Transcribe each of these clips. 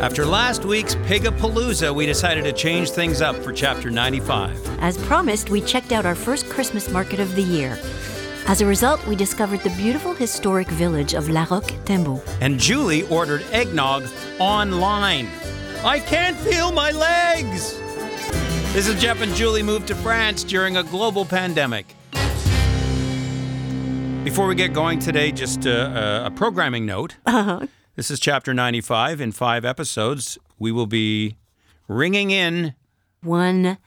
After last week's Pigapalooza, we decided to change things up for Chapter 95. As promised, we checked out our first Christmas market of the year. As a result, we discovered the beautiful historic village of La Roque Tembo. And Julie ordered eggnog online. I can't feel my legs! This is Jeff and Julie moved to France during a global pandemic. Before we get going today, just uh, uh, a programming note. This is Chapter 95. In five episodes, we will be ringing in 100.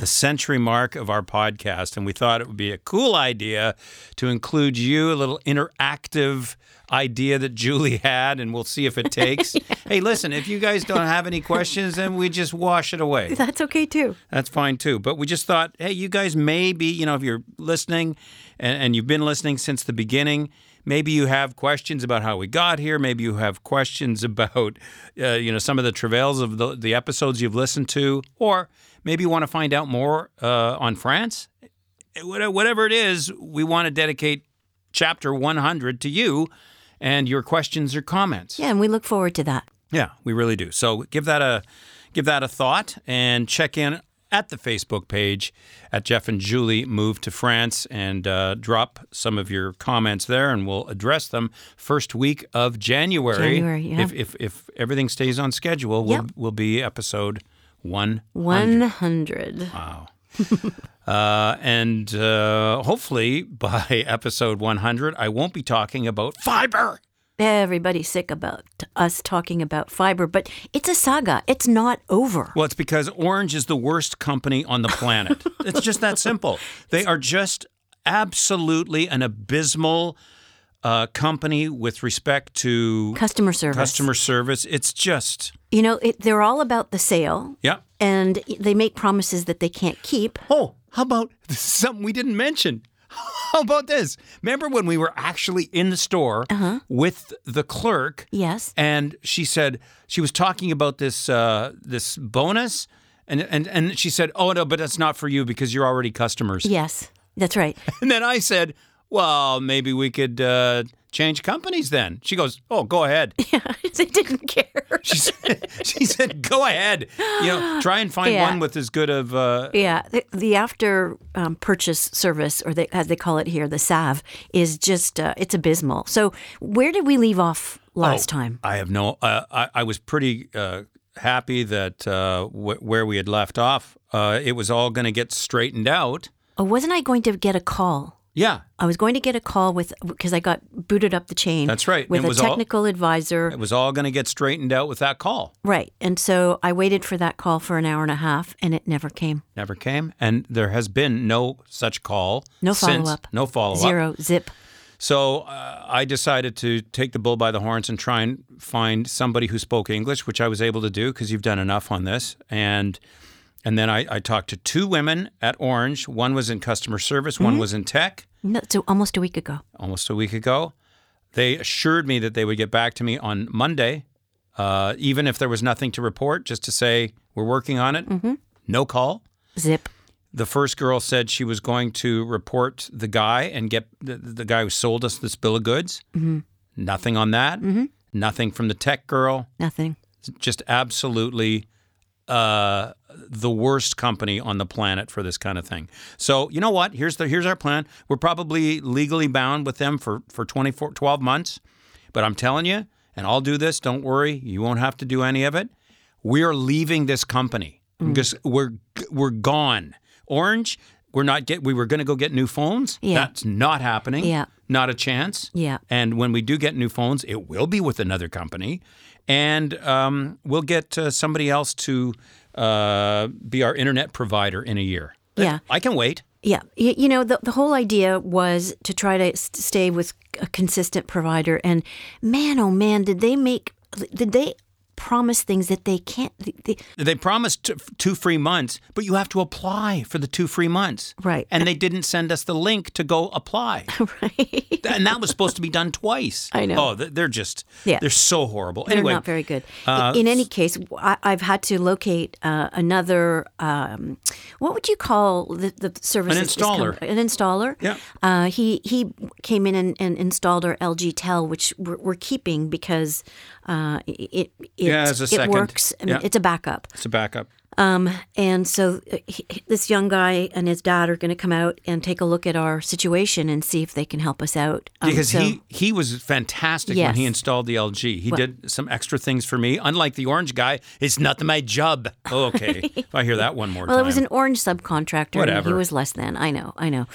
the century mark of our podcast, and we thought it would be a cool idea to include you, a little interactive idea that Julie had, and we'll see if it takes. Hey, listen, if you guys don't have any questions, then we just wash it away. That's okay too. That's fine too. But we just thought, hey, you guys maybe, you know, if you're listening and, and you've been listening since the beginning, maybe you have questions about how we got here. Maybe you have questions about, uh, you know, some of the travails of the, the episodes you've listened to, or maybe you want to find out more uh, on France. What- Whatever it is, we want to dedicate chapter 100 to you and your questions or comments. Yeah, and we look forward to that. Yeah, we really do. So give that a give that a thought and check in at the Facebook page at Jeff and Julie Move to France and uh, drop some of your comments there, and we'll address them first week of January. January, yeah. If if, if everything stays on schedule, Yep. we'll, we'll be episode one. 100. Uh, and uh, hopefully by episode 100, I won't be talking about fiber. Everybody's sick about us talking about fiber, but it's a saga. It's not over. Well, it's because Orange is the worst company on the planet. it's just that simple. They are just absolutely an abysmal uh, company with respect to Customer service. customer service. It's just, You know, it, they're all about the sale yeah. and they make promises that they can't keep. Oh, how about this is something we didn't mention? How about this? Remember when we were actually in the store with the clerk? Yes. and she said she was talking about this uh, this bonus, and, and and she said, "Oh no, but that's not for you because you're already customers." Yes. That's right. And then I said, "Well, maybe we could uh, change companies then." She goes, "Oh, go ahead." Yeah, they didn't care. She said, "She said, go ahead. You know, try and find Yeah. one with as good of uh, Yeah, the, the after um, purchase service, or they, as they call it here, the SAV, is just uh, it's abysmal. So where did we leave off last Oh, time? I have no. Uh, I I was pretty uh, happy that uh, wh- where we had left off, uh, it was all going to get straightened out. Oh, wasn't I going to get a call? Yeah, I was going to get a call with because I got booted up the chain. That's right. With It a was all- technical advisor. it was all going to get straightened out with that call. Right, and so I waited for that call for an hour and a half, and it never came. Never came, and there has been no such call. No since- follow-up. No follow up. Zero zip. So uh, I decided to take the bull by the horns and try and find somebody who spoke English, which I was able to do because you've done enough on this. And and then I, I talked to two women at Orange. One was in customer service, one was in tech. No, so almost a week ago. Almost a week ago, they assured me that they would get back to me on Monday, uh, even if there was nothing to report, just to say we're working on it. No call Zip. the first girl said she was going to report the guy and get the, the guy who sold us this bill of goods. Mm-hmm. Nothing on that. Mm-hmm. Nothing from the tech girl. Nothing. Just absolutely uh, the worst company on the planet for this kind of thing. So you know what? Here's the here's our plan. We're probably legally bound with them for for 24, 12 months, but I'm telling you, and I'll do this. Don't worry, you won't have to do any of it. We are leaving this company Mm. because we're we're gone. Orange, we're not get. We were going to go get new phones. Yeah. That's not happening. Yeah. Not a chance. Yeah. And when we do get new phones, it will be with another company, and um, we'll get uh, somebody else to uh, be our internet provider in a year. Yeah. I can wait. Yeah, you, you know the the whole idea was to try to s- stay with a consistent provider, and man, oh man, did they make did they promise things that they can't. They, They promised t- two free months, but you have to apply for the two free months. Right. And they didn't send us the link to go apply. right. and that was supposed to be done twice. I know. Oh, th- they're just, Yeah. they're so horrible. They're anyway, uh, not very good. I- In any case, I, I've had to locate uh, another. Um, what would you call the, the service? An that's- that's come- installer. an installer. Yeah. Uh, he he came in and, and installed our LG Tel, which we're, we're keeping because uh, it it, Yeah, as a it second. works. I mean, Yeah. It's a backup. it's a backup. And so uh, he, this young guy and his dad are going to come out and take a look at our situation and see if they can help us out. Um, Because so- he, he was fantastic when Yes. he installed the LG. He did some extra things for me. Unlike the orange guy, it's not my job. Oh, okay. if I hear that one more Well, time. it was an orange subcontractor. And he Whatever. was less than. I know, I know.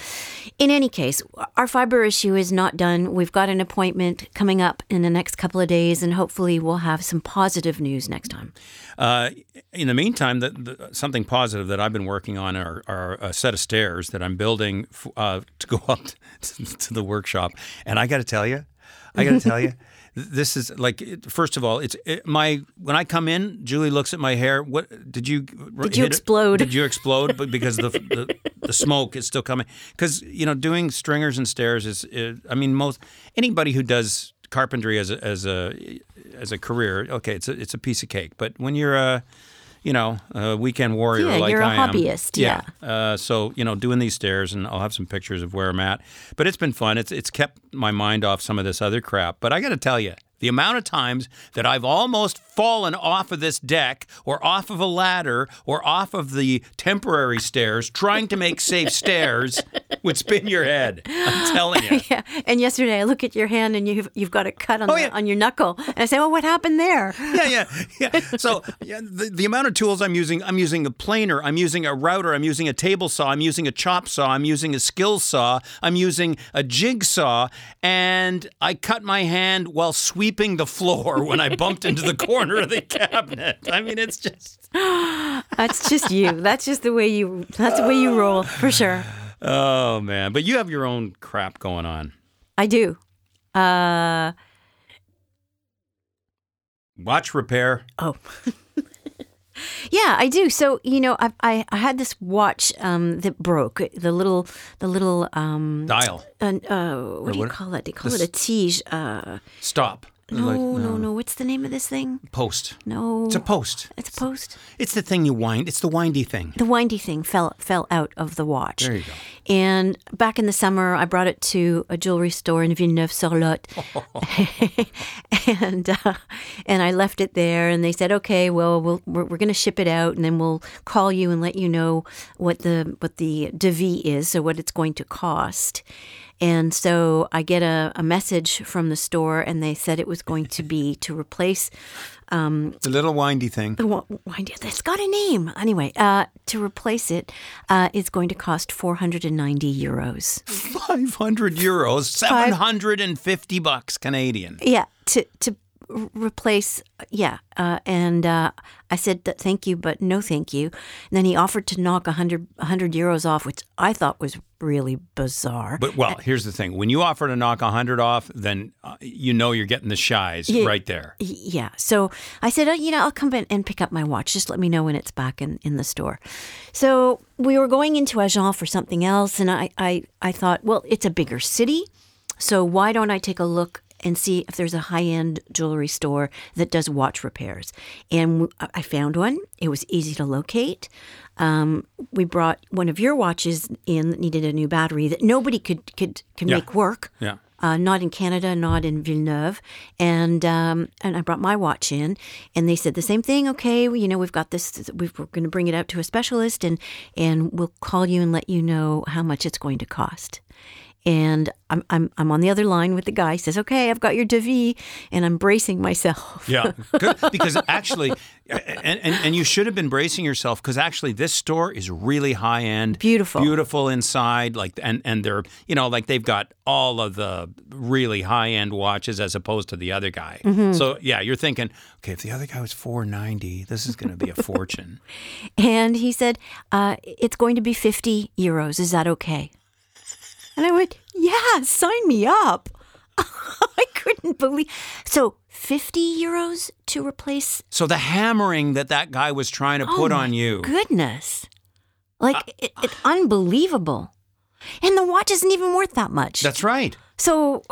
In any case, our fiber issue is not done. We've got an appointment coming up in the next couple of days, and hopefully we'll have some positive news next time. Uh, in the meantime, the, the, something positive that I've been working on are, are a set of stairs that I'm building f- uh, to go up to, to the workshop. And I got to tell you, I got to tell you, th- this is like it, first of all, it's it, my when I come in, Julie looks at my hair. What did you? Did you explode? Did you explode? But because the, the the smoke is still coming. Because you know, doing stringers and stairs is. is- I mean, most anybody who does carpentry as a, as a as a career, okay, it's a, it's a piece of cake. But when you're a you know a weekend warrior Yeah, like you're a I am, hobbyist, Uh, so you know, doing these stairs, and I'll have some pictures of where I'm at. But it's been fun. It's it's kept my mind off some of this other crap. But I got to tell you. The amount of times that I've almost fallen off of this deck or off of a ladder or off of the temporary stairs trying to make safe stairs would spin your head. I'm telling you. Yeah. And yesterday, I look at your hand, and you've you've got a cut on the, Oh, yeah. on your knuckle, and I say, "Well, what happened there?" yeah, yeah, yeah. So yeah, the, the amount of tools I'm using, I'm using a planer, I'm using a router, I'm using a table saw, I'm using a chop saw, I'm using a skill saw, I'm using a jigsaw, and I cut my hand while sweeping the floor when I bumped into the corner of the cabinet. I mean, it's just That's just you. That's just the way you. That's the way you roll for sure. oh man. But you have your own crap going on. I do. Uh, Watch repair. Oh. Yeah, I do. So you know, I I, I had this watch um, that broke. The little the little um, Dial. an, uh, what do you what- call it? They call it a tige. Uh, Stop. no, no, no. What's the name of this thing? Post. No, It's a post. it's a post. It's the thing you wind. It's the windy thing. The windy thing fell fell out of the watch. There you go. And back in the summer, I brought it to a jewelry store in Villeneuve-sur-Lot, and uh, and I left it there. And they said, "Okay, well, we'll we're, we're going to ship it out, and then we'll call you and let you know what the what the devis is, so what it's going to cost." And so I get a, a message from the store, and they said it was going to be to replace The little windy thing. the wa- wind. It's got a name anyway. Uh, to replace it uh, is going to cost four hundred and ninety euros. 500 euros, 750 bucks Canadian. Yeah, to to r- replace. Yeah, uh, and uh, I said th- thank you, but no thank you. And then he offered to knock 100, 100 euros off, which I thought was really bizarre. But well, here's the thing. When you offer to knock 100 off, then uh, you know you're getting the shies right there. Y- yeah, so I said, oh, you know, I'll come in and pick up my watch. Just let me know when it's back in, in the store. So we were going into Agen for something else, and I, I, I thought, well, it's a bigger city, so why don't I take a look and see if there's a high end jewelry store that does watch repairs? And w- I found one. It was easy to locate. Um, we brought one of your watches in that needed a new battery that nobody could could, could make work Yeah. uh, not in Canada, not in Villeneuve, and um, and I brought my watch in, and they said the same thing. Okay, well, you know we've got this. We've, we're going to bring it out to a specialist, and and we'll call you and let you know how much it's going to cost. And I'm I'm, I'm on the other line with the guy. He says, okay, I've got your devis, and I'm bracing myself. Yeah. Good. Because actually, and, and, and you should have been bracing yourself because actually this store is really high end. Beautiful. Beautiful inside. Like, and, and they're, you know, like they've got all of the really high end watches as opposed to the other guy. Mm-hmm. So yeah, you're thinking, okay, if the other guy was 490, this is going to be a fortune. And he said, uh, it's going to be 50 euros. Is that okay? And I went, yeah, sign me up. I could couldn't believe. So 50 euros to replace So the hammering that that guy was trying to put Oh, on my you. Goodness. Ah. Like, it, it's unbelievable. And the watch isn't even worth that much. That's right. so,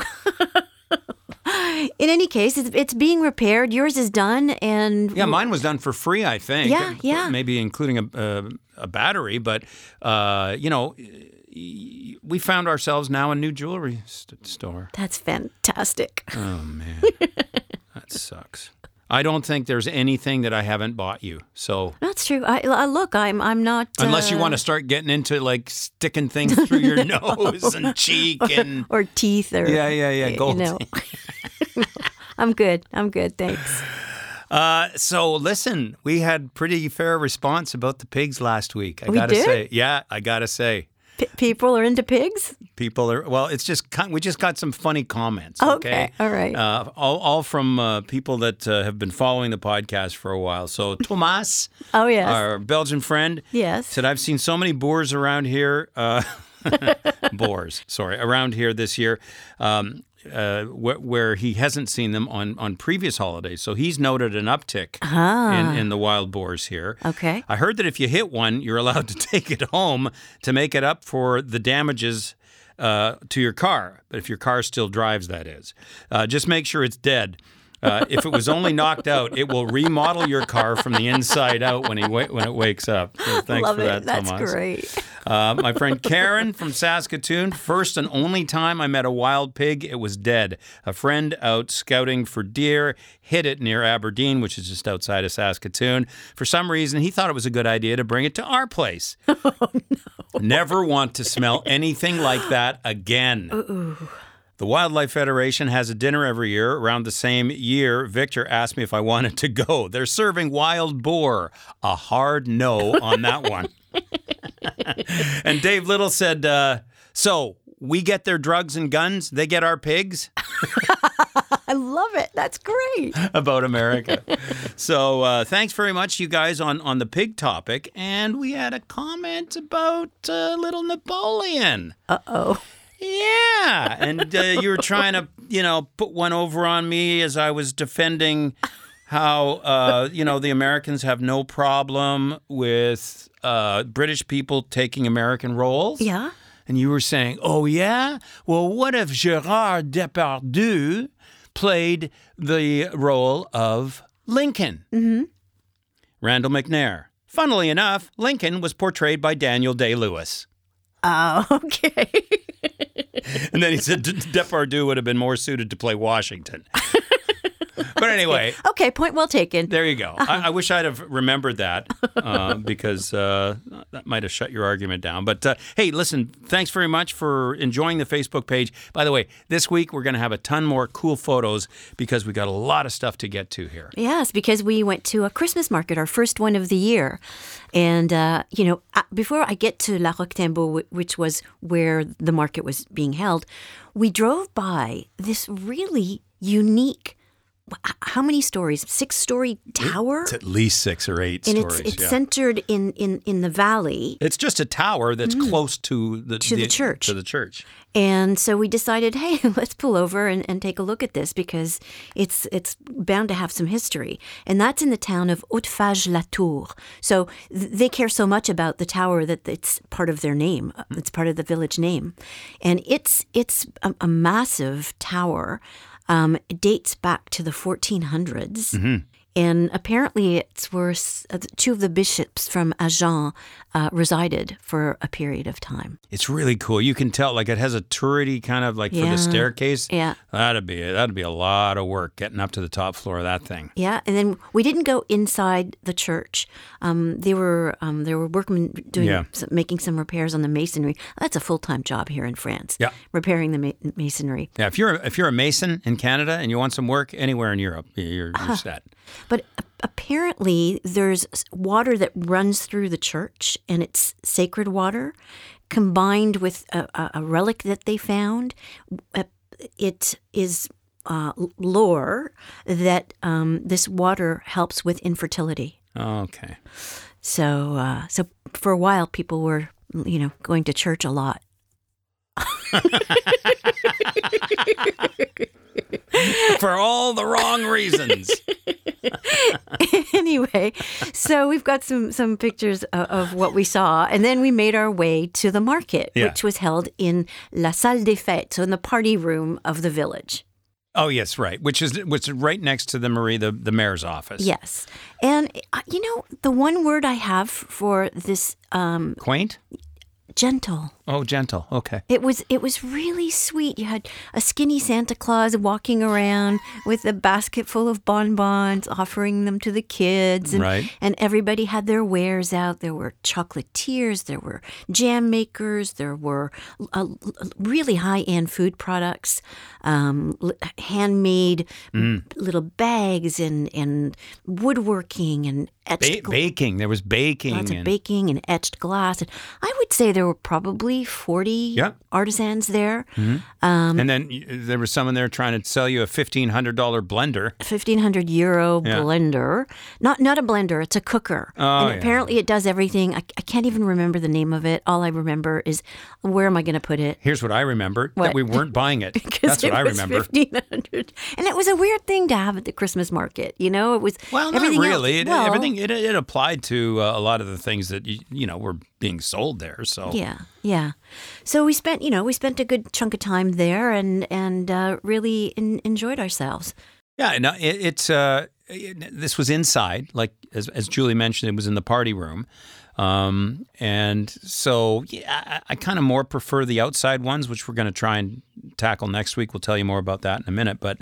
in any case, it's, it's being repaired. Yours is done. And Yeah, mine was done for free, I think. Yeah, Uh, yeah. Maybe including a, a, a battery, but, uh, you know, y- we found ourselves now a new jewelry st- store. that's fantastic. Uh. That sucks. I don't think there's anything that I haven't bought you. So That's true. I, I look, I'm, I'm not. uh, unless you want to start getting into like sticking things through your nose and cheek and Or teeth or. yeah, yeah, yeah, you gold. know. I'm good. I'm good. Thanks. Uh, so listen, we had pretty fair response about the pigs last week. I We gotta did? say, yeah, I gotta say, P- people are into pigs? people are well. It's just kind- we just got some funny comments. Okay, Oh, Okay, all right. Uh, all, all from uh, people that uh, have been following the podcast for a while. So Tomas, Oh, yes. our Belgian friend, Yes. said I've seen so many boars around here. Uh, boars, sorry, around here this year. Um, uh, where, where he hasn't seen them on, on previous holidays. So he's noted an uptick Ah. in, in the wild boars here. Okay. I heard that if you hit one, you're allowed to take it home to make it up for the damages uh, to your car. But if your car still drives, that is. Uh, just make sure it's dead. Uh, if it was only knocked out, it will remodel your car from the inside out when he wa- when it wakes up. So thanks Love for it. that, that's Tomas. great. Uh, my friend Karen from Saskatoon. First and only time I met a wild pig, it was dead. A friend out scouting for deer hit it near Aberdeen, which is just outside of Saskatoon. For some reason, he thought it was a good idea to bring it to our place. Never want to smell anything like that again. The Wildlife Federation has a dinner every year. Around the same year, Victor asked me if I wanted to go. They're serving wild boar. A hard no on that one. and Dave Little said, uh, So we get their drugs and guns, they get our pigs I love it. That's great. about America. so uh, thanks very much, you guys, on, on the pig topic. And we had a comment about uh, little Napoleon. Uh oh. Yeah. And uh, you were trying to, you know, put one over on me as I was defending how, uh, you know, the Americans have no problem with uh, British people taking American roles. Yeah. And you were saying, oh, yeah? Well, what if Gerard Depardieu played the role of Lincoln? Mm-hmm. Randall McNair. Funnily enough, Lincoln was portrayed by Daniel Day Lewis. Oh, okay. And then he said D- Depardieu would have been more suited to play Washington. but anyway, okay. Point well taken. there you go. Uh-huh. I, I wish I'd have remembered that uh, because uh, that might have shut your argument down. But uh, hey, listen, thanks very much for enjoying the Facebook page. By the way, this week we're going to have a ton more cool photos because we got a lot of stuff to get to here. Yes, because we went to a Christmas market, our first one of the year. And, uh, you know, uh, before I get to La Roquetembo, wh- which was where the market was being held, we drove by this really unique, wh- h- how many stories? Six story tower? It's at least six or eight and stories. it's, it's yeah. centered in, in, in the valley. it's just a tower that's close to the, Mm. To the church. To the church. And so we decided, hey, let's pull over and, and take a look at this because it's it's bound to have some history. And that's in the town of Hautefage-la-Tour. So th- they care so much about the tower that it's part of their name. It's part of the village name, and it's it's a, a massive tower. Um, it dates back to the 1400s. And apparently, it's where s- uh, two of the bishops from Agen uh, resided for a period of time. It's really cool. You can tell, like, it has a turrety kind of like for Yeah. the staircase. Yeah. that'd be that'd be a lot of work getting up to the top floor of that thing. Yeah, and then we didn't go inside the church. Um, they were um, there were workmen doing Yeah. some, making some repairs on the masonry. That's a full time job here in France. Yeah. repairing the ma- masonry. Yeah, if you're if you're a mason in Canada and you want some work anywhere in Europe, you're, Uh-huh. you're set. But a- apparently, there's s- water that runs through the church, and it's sacred water, combined with a, a, a relic that they found. Uh, It is uh, l- lore that um, this water helps with infertility. Okay. So, uh, so for a while, people were, you know, going to church a lot. for all the wrong reasons. anyway, so we've got some some pictures of, of what we saw, and then we made our way to the market, Yeah. which was held in La Salle des Fêtes, so in the party room of the village. Oh yes, right. Which is which is right next to the Marie the, the mayor's office. Yes, and uh, you know the one word I have for this um, Quaint? gentle. Oh, gentle. Okay. It was it was really sweet. You had a skinny Santa Claus walking around with a basket full of bonbons, offering them to the kids, and, Right. and everybody had their wares out. There were chocolatiers, there were jam makers, there were uh, really high end food products, um, l- handmade Mm. little bags, and and woodworking and Ba- etched gla- baking. There was baking. lots of and- baking and etched glass. And I would say there were probably 40 Yeah. Mm. artisans there. and then y- there was someone there trying to sell you a fifteen hundred dollar blender. 1500 euro Yeah. blender. Not not a blender, it's a cooker. Oh, and yeah. apparently it does everything. I, I can't even remember the name of it. All I remember is where am I going to put it? Here's what I remember: that What? we weren't buying it. 'Cause That's what it I was remember. 1500 And it was a weird thing to have at the Christmas market. You know, it was Well, not everything really. Else, It, well, everything it, it applied to uh, a lot of the things that you, you know were being sold there. So Yeah, yeah. So we spent, you know, we spent a good chunk of time there and and uh, really en- enjoyed ourselves. Yeah, no, it, it's uh, it, this was inside, like as, as Julie mentioned, it was in the party room, um, and so yeah, I, I kind of more prefer the outside ones, which we're going to try and tackle next week. We'll tell you more about that in a minute, but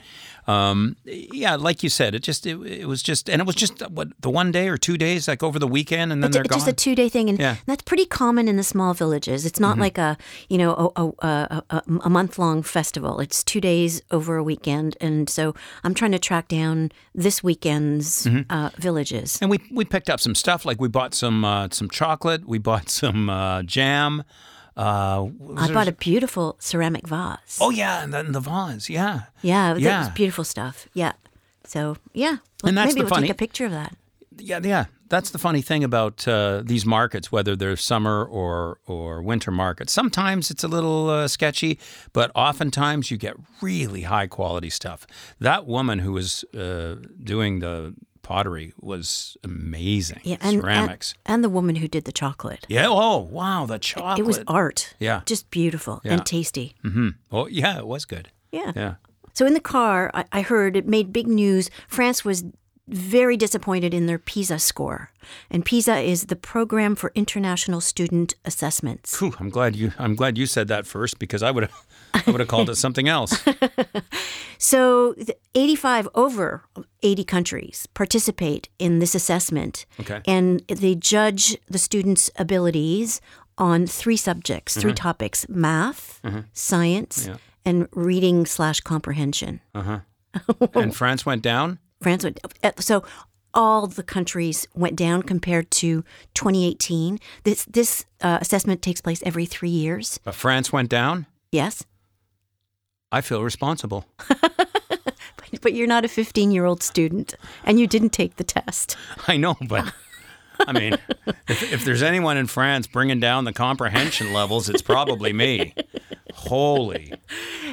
um, yeah, like you said, it just it, it was just, and it was just what the one day or two days, like over the weekend, and then It's they're a- gone. just a two day thing, and Yeah. Mm-hmm. that's pretty common in the small villages. It's not like a you know a a, a, a month long festival. It's two days over a weekend, and so I'm trying to track down this weekend's Mm-hmm. uh, villages. And we we picked up some stuff. Like we bought some uh, some chocolate. We bought some uh, jam. Uh, was I there- bought a beautiful ceramic vase. oh yeah, and then the vase. Yeah. yeah, that was yeah. beautiful stuff. Yeah, so yeah, And that's maybe the we'll funny- take a picture of that. Yeah, yeah. That's the funny thing about uh, these markets, whether they're summer or or winter markets. Sometimes it's a little uh, sketchy, but oftentimes you get really high quality stuff. That woman who was uh, doing the pottery was amazing. Yeah, and, and ceramics. and the woman who did the chocolate. yeah. Oh wow, the chocolate. It was art. Yeah. just beautiful and tasty. hmm Oh yeah, it was good. Yeah. So in the car, I, I heard it made big news. France was very disappointed in their PISA score, and PISA is the program for international student assessments. Phew, I'm glad you. I'm glad you said that first because I would have. I would have called it something else. So, the 85 over 80 countries participate in this assessment, Okay. and they judge the students' abilities on three subjects, three topics: math, science, and reading slash comprehension. And France went down. France went uh, so all the countries went down compared to 2018. This this uh, assessment takes place every three years. But France went down. Yes, I feel responsible. but, but you're not a 15 year old student, and you didn't take the test. I know, but I mean, if, if there's anyone in France bringing down the comprehension levels, it's probably me. Holy.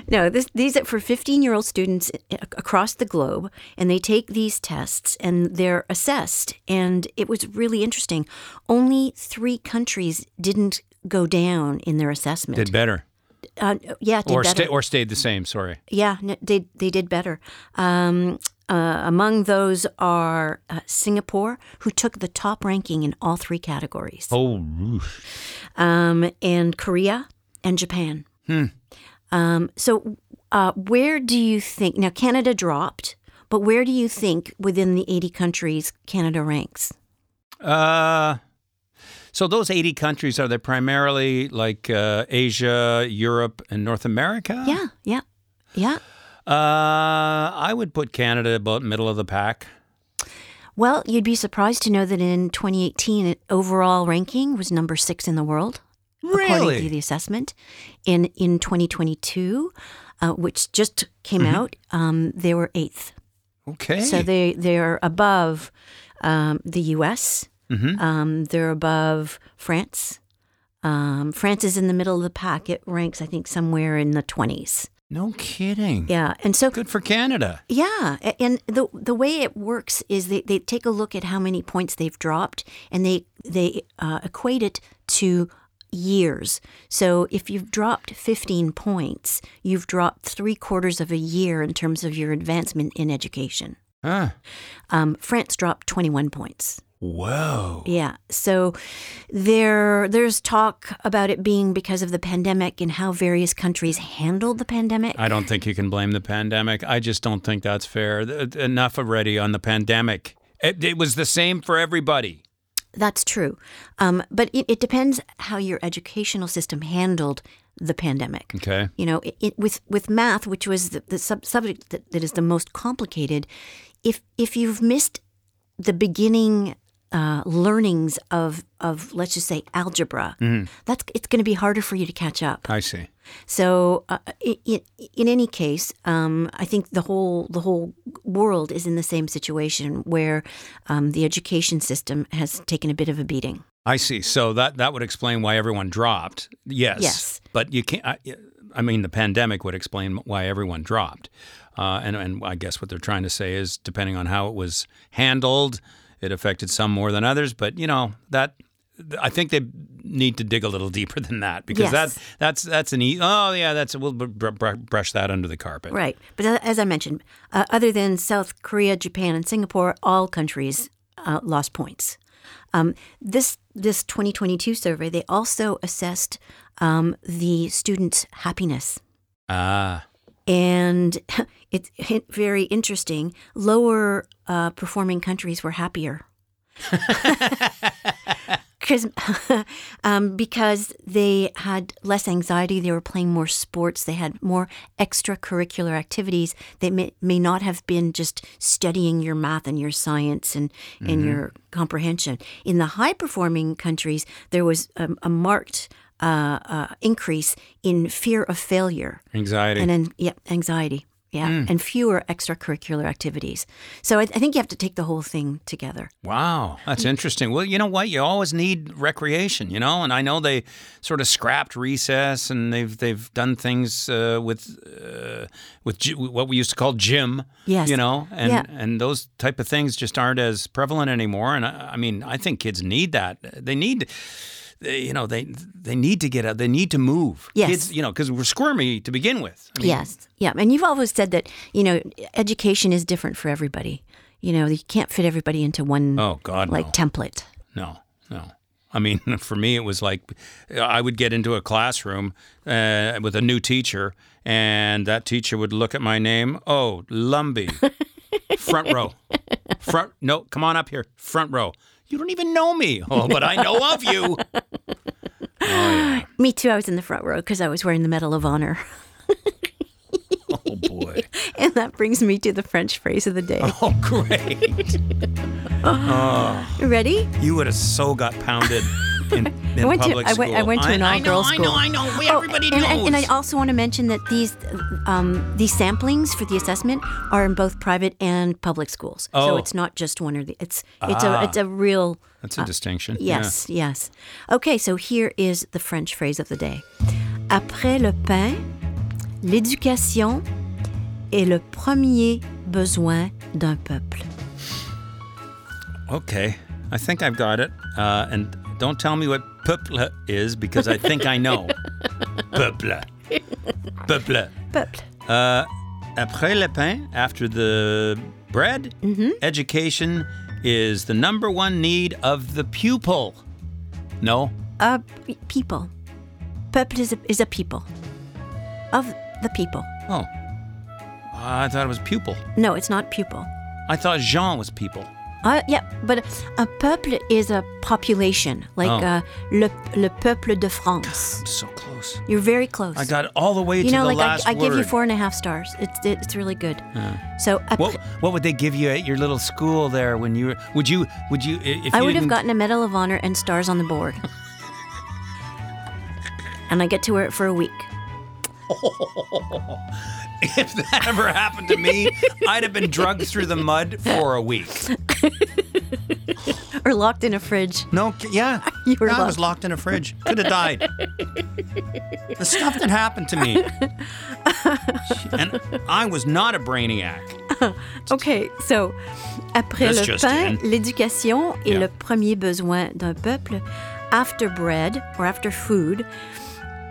No, this, these are for 15 year old students a- across the globe, and they take these tests and they're assessed. And it was really interesting. Only three countries didn't go down in their assessment. Did better. uh, yeah, did or, better. sta- or stayed the same, sorry. Yeah, n- they they did better. Um, uh, among those are uh, Singapore, who took the top ranking in all three categories, Oh, oof. um, and Korea and Japan. Um, so, uh, where do you think now? Canada dropped, but where do you think within the eighty countries Canada ranks? Uh, so those 80 countries, are they primarily like uh, Asia, Europe, and North America? Yeah, yeah, yeah. Uh, I would put Canada about middle of the pack. Well, you'd be surprised to know that in 2018, it overall ranking was number six in the world. according to the assessment. In in 2022, uh, which just came out, um, they were eighth. Okay. So they they're above um, the U.S. Um, they're above France. Um, France is in the middle of the pack. It ranks, I think, somewhere in the 20s. No kidding. Yeah. And so Good for Canada. Yeah, a- and the the way it works is they, they take a look at how many points they've dropped, and they they uh, equate it to years. So if you've dropped fifteen points, you've dropped three quarters of a year in terms of your advancement in education. Huh. Um, France dropped twenty one points. Whoa. Yeah, so there there's talk about it being because of the pandemic and how various countries handled the pandemic. I don't think you can blame the pandemic. I just don't think that's fair. Th- Enough already on the pandemic. It, it was the same for everybody. That's true. Um, but it, it depends how your educational system handled the pandemic. Okay. You know, it, it, with, with math, which was the, the sub- subject that, that is the most complicated, if, if you've missed the beginning uh, learnings of, of, let's just say, algebra, that's, it's going to be harder for you to catch up. I see. So, uh, i i in any case, um, I think the whole the whole world is in the same situation where um, the education system has taken a bit of a beating. I see. So that that would explain why everyone dropped. Yes. Yes. But you can't. I, I mean, the pandemic would explain why everyone dropped. Uh, and and I guess what they're trying to say is, depending on how it was handled, it affected some more than others. But you know that. I think they need to dig a little deeper than that because Yes. that's that's that's an e- oh yeah that's we'll br- br- brush that under the carpet Right, but a- as I mentioned, uh, other than South Korea, Japan, and Singapore, all countries uh, lost points. Um, this this 2022 survey, they also assessed um, the students' happiness. ah and it's very interesting. Lower uh, performing countries were happier. 'Cause- um, because they had less anxiety, they were playing more sports, they had more extracurricular activities. They may, may not have been just studying your math and your science and, and your comprehension. In the high performing countries, there was a, a marked uh, uh, increase in fear of failure anxiety and then yeah, anxiety. Yeah, Mm. and fewer extracurricular activities. So I, I think you have to take the whole thing together. Wow, that's interesting. Well, you know what? You always need recreation, you know. And I know they sort of scrapped recess, and they've they've done things uh, with uh, with gy- what we used to call gym. Yes. You know, and Yeah. and those type of things just aren't as prevalent anymore. And I, I mean, I think kids need that. They need. they- You know they they need to get out. They need to move. Yes. Kids, you know, because we're squirmy to begin with. I mean, yes, yeah, and you've always said that you know education is different for everybody. You know, you can't fit everybody into one Oh God, like no. template. No, no. I mean, for me, it was like I would get into a classroom uh, with a new teacher, and that teacher would look at my name. Oh, Lumby, front row, front. No, come on up here, front row. You don't even know me. Oh, but I know of you. Oh, yeah. Me too. I was in the front row because I was wearing the Medal of Honor, oh boy. and that brings me to the French phrase of the day. Oh, great. Oh. Ready? You would have so got pounded in, in I went to public I school. went, I went to an I all girls know, school. I know, I know. We, Oh, everybody and, knows. and- and I also want to mention that these um, these samplings for the assessment are in both private and public schools. Oh. Ah. So it's not just one or the it's it's a it's a real That's a distinction. Yeah. uh, yes, yes. Okay, so here is the French phrase of the day. Après le pain, l'éducation est le premier besoin d'un peuple. Okay, I think I've got it. Uh, and don't tell me what peuple is because I think I know. peuple. Peuple. Peuple. Uh, après le pain, after the bread, Mm-hmm. education is the number one need of the pupil. No? Uh, p- people. Peuple is a, is a people. Of the people. Oh. I thought it was pupil. No, it's not pupil. I thought Jean was people. Uh, yeah, but a peuple is a population, like Oh. uh, le, le peuple de France. So close. You're very close. I got all the way you to know, the like last I, I give you word. four and a half stars. It's it's really good. So a What, pe- what would they give you at your little school there when you were? Would you? Would you? i- If I you would have didn't- gotten a medal of honor and stars on the board, and I get to wear it for a week. If that ever happened to me, I'd have been drugged through the mud for a week. or locked in a fridge. No, k- yeah. You were Yeah, I was locked. locked in a fridge. Could have died. the stuff that happened to me. and I was not a brainiac. OK, so après That's le just pain, in. l'éducation est Yeah. le premier besoin d'un peuple. After bread or after food,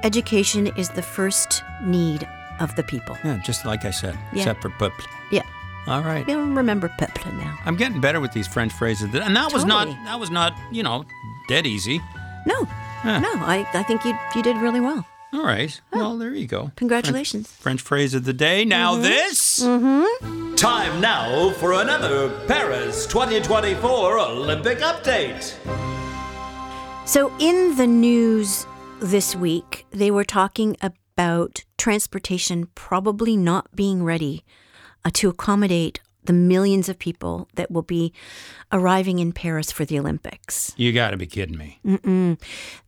education is the first need of the people. Yeah, just like I said, Yeah. except for peuple. Yeah, All right. we don't remember peuple now. I'm getting better with these French phrases. And that was not Totally. that was not, you know, dead easy. No, no, I, I think you, you did really well. All right. Well, there you go. Congratulations. French phrase of the day. Now Mm-hmm. this. Time now for another Paris 2024 Olympic update. So, in the news this week, they were talking about transportation probably not being ready uh, to accommodate the millions of people that will be arriving in Paris for the Olympics. You got to be kidding me.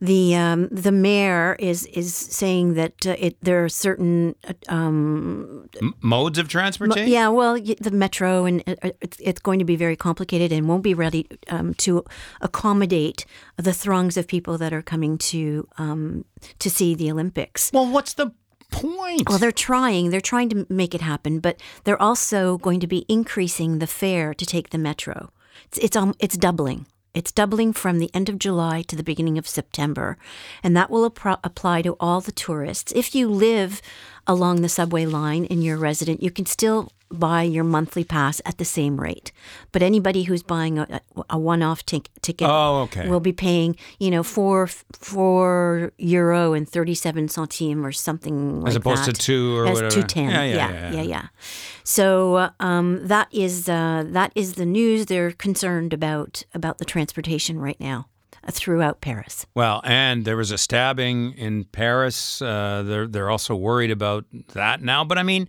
The um, the mayor is is saying that uh, it there are certain uh, M- modes of transportation? yeah well y- the metro and uh, uh, it's, it's going to be very complicated and won't be ready um, to accommodate the throngs of people that are coming to um, to see the Olympics. Well, what's the point? Well, they're trying. They're trying to make it happen, but they're also going to be increasing the fare to take the metro. It's it's um, it's doubling. It's doubling from the end of July to the beginning of September, and that will appro- apply to all the tourists. If you live along the subway line and you're a resident, you can still buy your monthly pass at the same rate. But anybody who's buying a, a one-off tic- ticket Oh, okay. will be paying, you know, four four euro and thirty-seven centime or something As like opposed that. to two or As whatever. two ten. Yeah, yeah, yeah, yeah, yeah. yeah. So uh, um, that is uh, that is the news. They're concerned about about the transportation right now uh, throughout Paris. well, and there was a stabbing in Paris. Uh, they're they're also worried about that now. But I mean,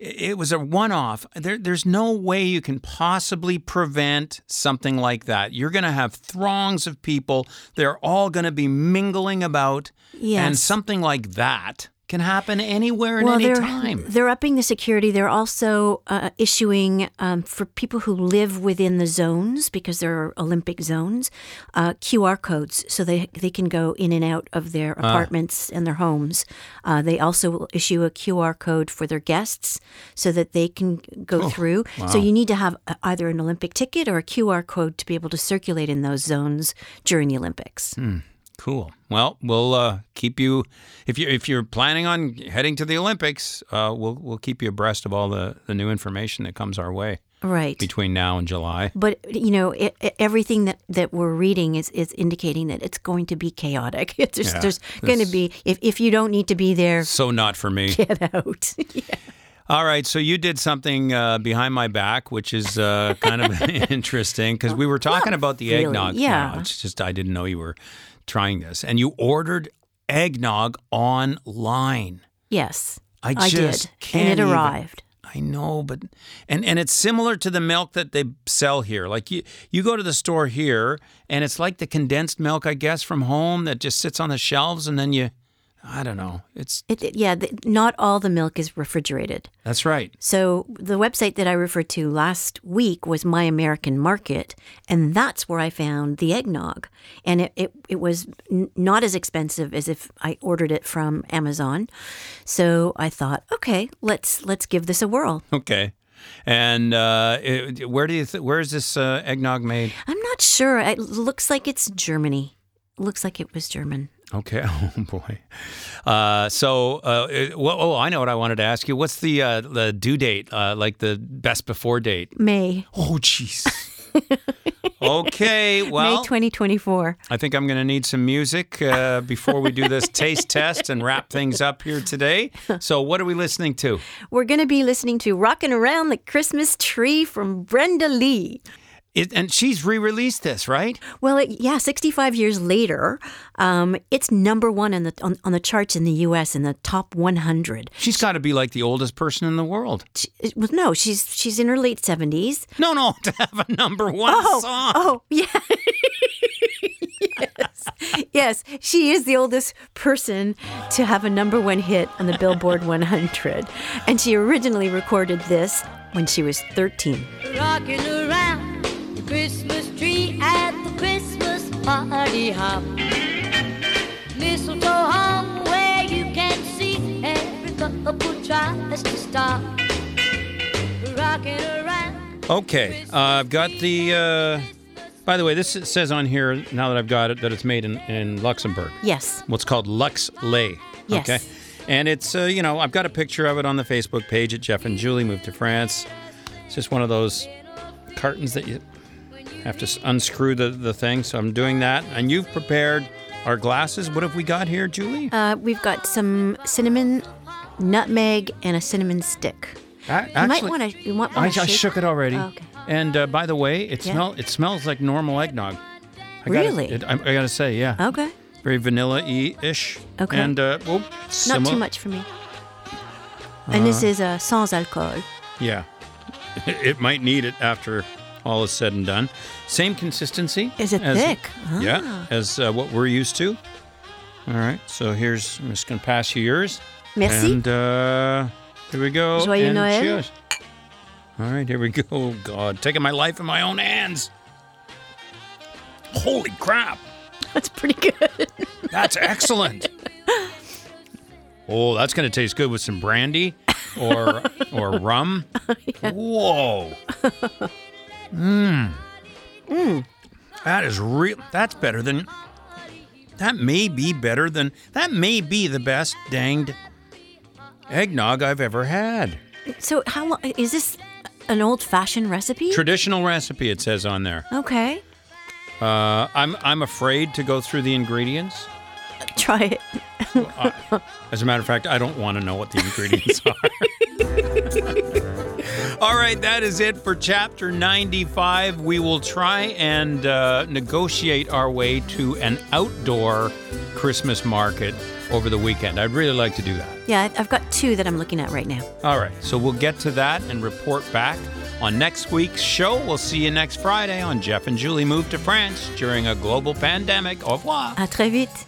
i- it was a one-off. There, there's no way you can possibly prevent something like that. You're going to have throngs of people. They're all going to be mingling about, and Yes. something like that can happen anywhere and any they're, time. They're upping the security. They're also uh, issuing um, for people who live within the zones because there are Olympic zones uh, QR codes so they they can go in and out of their Ah. apartments and their homes. Uh, they also will issue a QR code for their guests so that they can Oh, go through. So you need to have a, either an Olympic ticket or a QR code to be able to circulate in those zones during the Olympics. Hmm. Cool. Well, we'll uh, keep you if you if you're planning on heading to the Olympics. Uh, we'll we'll keep you abreast of all the, the new information that comes our way Right. between now and July. but you know it, it- everything that, that we're reading is, is indicating that it's going to be chaotic it's just, Yeah, there's going to it's- be if, if you don't need to be there So not for me. get out All right. So you did something uh, behind my back, which is uh, kind of interesting because we were talking about the really, eggnog. yeah. now. It's just I didn't know you were trying this, and you ordered eggnog online. yes I i just did can't and it even- arrived I know, but and and it's similar to the milk that they sell here. Like you you go to the store here and it's like the condensed milk I guess from home that just sits on the shelves and then you I don't know. It's it, it- yeah th not all the milk is refrigerated That's right. so the website that i referred to last week was my american market and that's where i found the eggnog and it, it, it was n- not as expensive as if i ordered it from amazon so i thought okay let's let's give this a whirl Okay. And uh, it, where do you th- where is this uh, eggnog made? I'm not sure. It looks like it's Germany. Looks like it was German. Okay. Oh boy. Uh, so uh, it- well, oh, I know what I wanted to ask you. What's the uh, the due date? Uh, like the best before date? May. Oh jeez. okay. Well, May 2024. I think I'm going to need some music uh, before we do this taste test and wrap things up here today. So, what are we listening to? We're going to be listening to Rockin' Around the Christmas Tree from Brenda Lee. It, and she's re released this, right? Well, it, yeah, 65 years later, um, it's number one on the, on, on the charts in the U.S. in the top 100. She's got to be like the oldest person in the world. She, it was- no, she's she's in her late 70s. No, no, to have a number one song. Oh, yeah. yes. Yes, she is the oldest person to have a number one hit on the Billboard 100. And she originally recorded this when she was 13. Rocking around the Christmas tree at the Christmas party hop. Mistletoe hung where you can see every couple tries to stop. Rocking around. oh. Okay, uh, I've got the. Uh, by the way, this says on here now that I've got it that it's made in, in Luxembourg. Yes. What's called Lux Lay. Yes. Okay, and it's uh, you know I've got a picture of it on the Facebook page at Jeff and Julie moved to France. It's just one of those cartons that you have to s- unscrew the the thing. So I'm doing that, and you've prepared our glasses. What have we got here, Julie? Uh, we've got some cinnamon, nutmeg, and a cinnamon stick. A- You might actually- want to. You might I, I want to. shook it already. Oh, okay. And uh, by the way, it Yeah. smell it smells like normal eggnog. I gotta- Really? it- I, I gotta say, yeah. Okay. Very vanilla y ish. Okay. And uh, oh, Not simi- too much for me. Uh-huh. and this is uh, sans alcohol. Yeah. it might need it after all is said and done. Same consistency. Is it as- thick? Ah. Yeah, as uh, what we're used to. All right. So here's I'm just gonna pass you yours. Merci. And uh, here we go. Joyeux and Noël. Cheers. All right, here we go. Oh, God, taking my life in my own hands. Holy crap, That's pretty good. that's excellent. oh, that's going to taste good with some brandy or or rum. Whoa. Mmm. That is real. That's better than. That may be better than. That may be the best danged eggnog I've ever had. so, how long is this? An old-fashioned recipe? Traditional recipe, it says on there. okay. Uh, I'm I'm afraid to go through the ingredients. Try it. As a matter of fact, I don't want to know what the ingredients are. All right, that is it for chapter 95. We will try and uh, negotiate our way to an outdoor Christmas market over the weekend. I'd really like to do that. Yeah, I- I've got two that I'm looking at right now. All right, so we'll get to that and report back on next week's show. We'll see you next Friday on Jeff and Julie Move to France during a global pandemic. Au revoir. À très vite.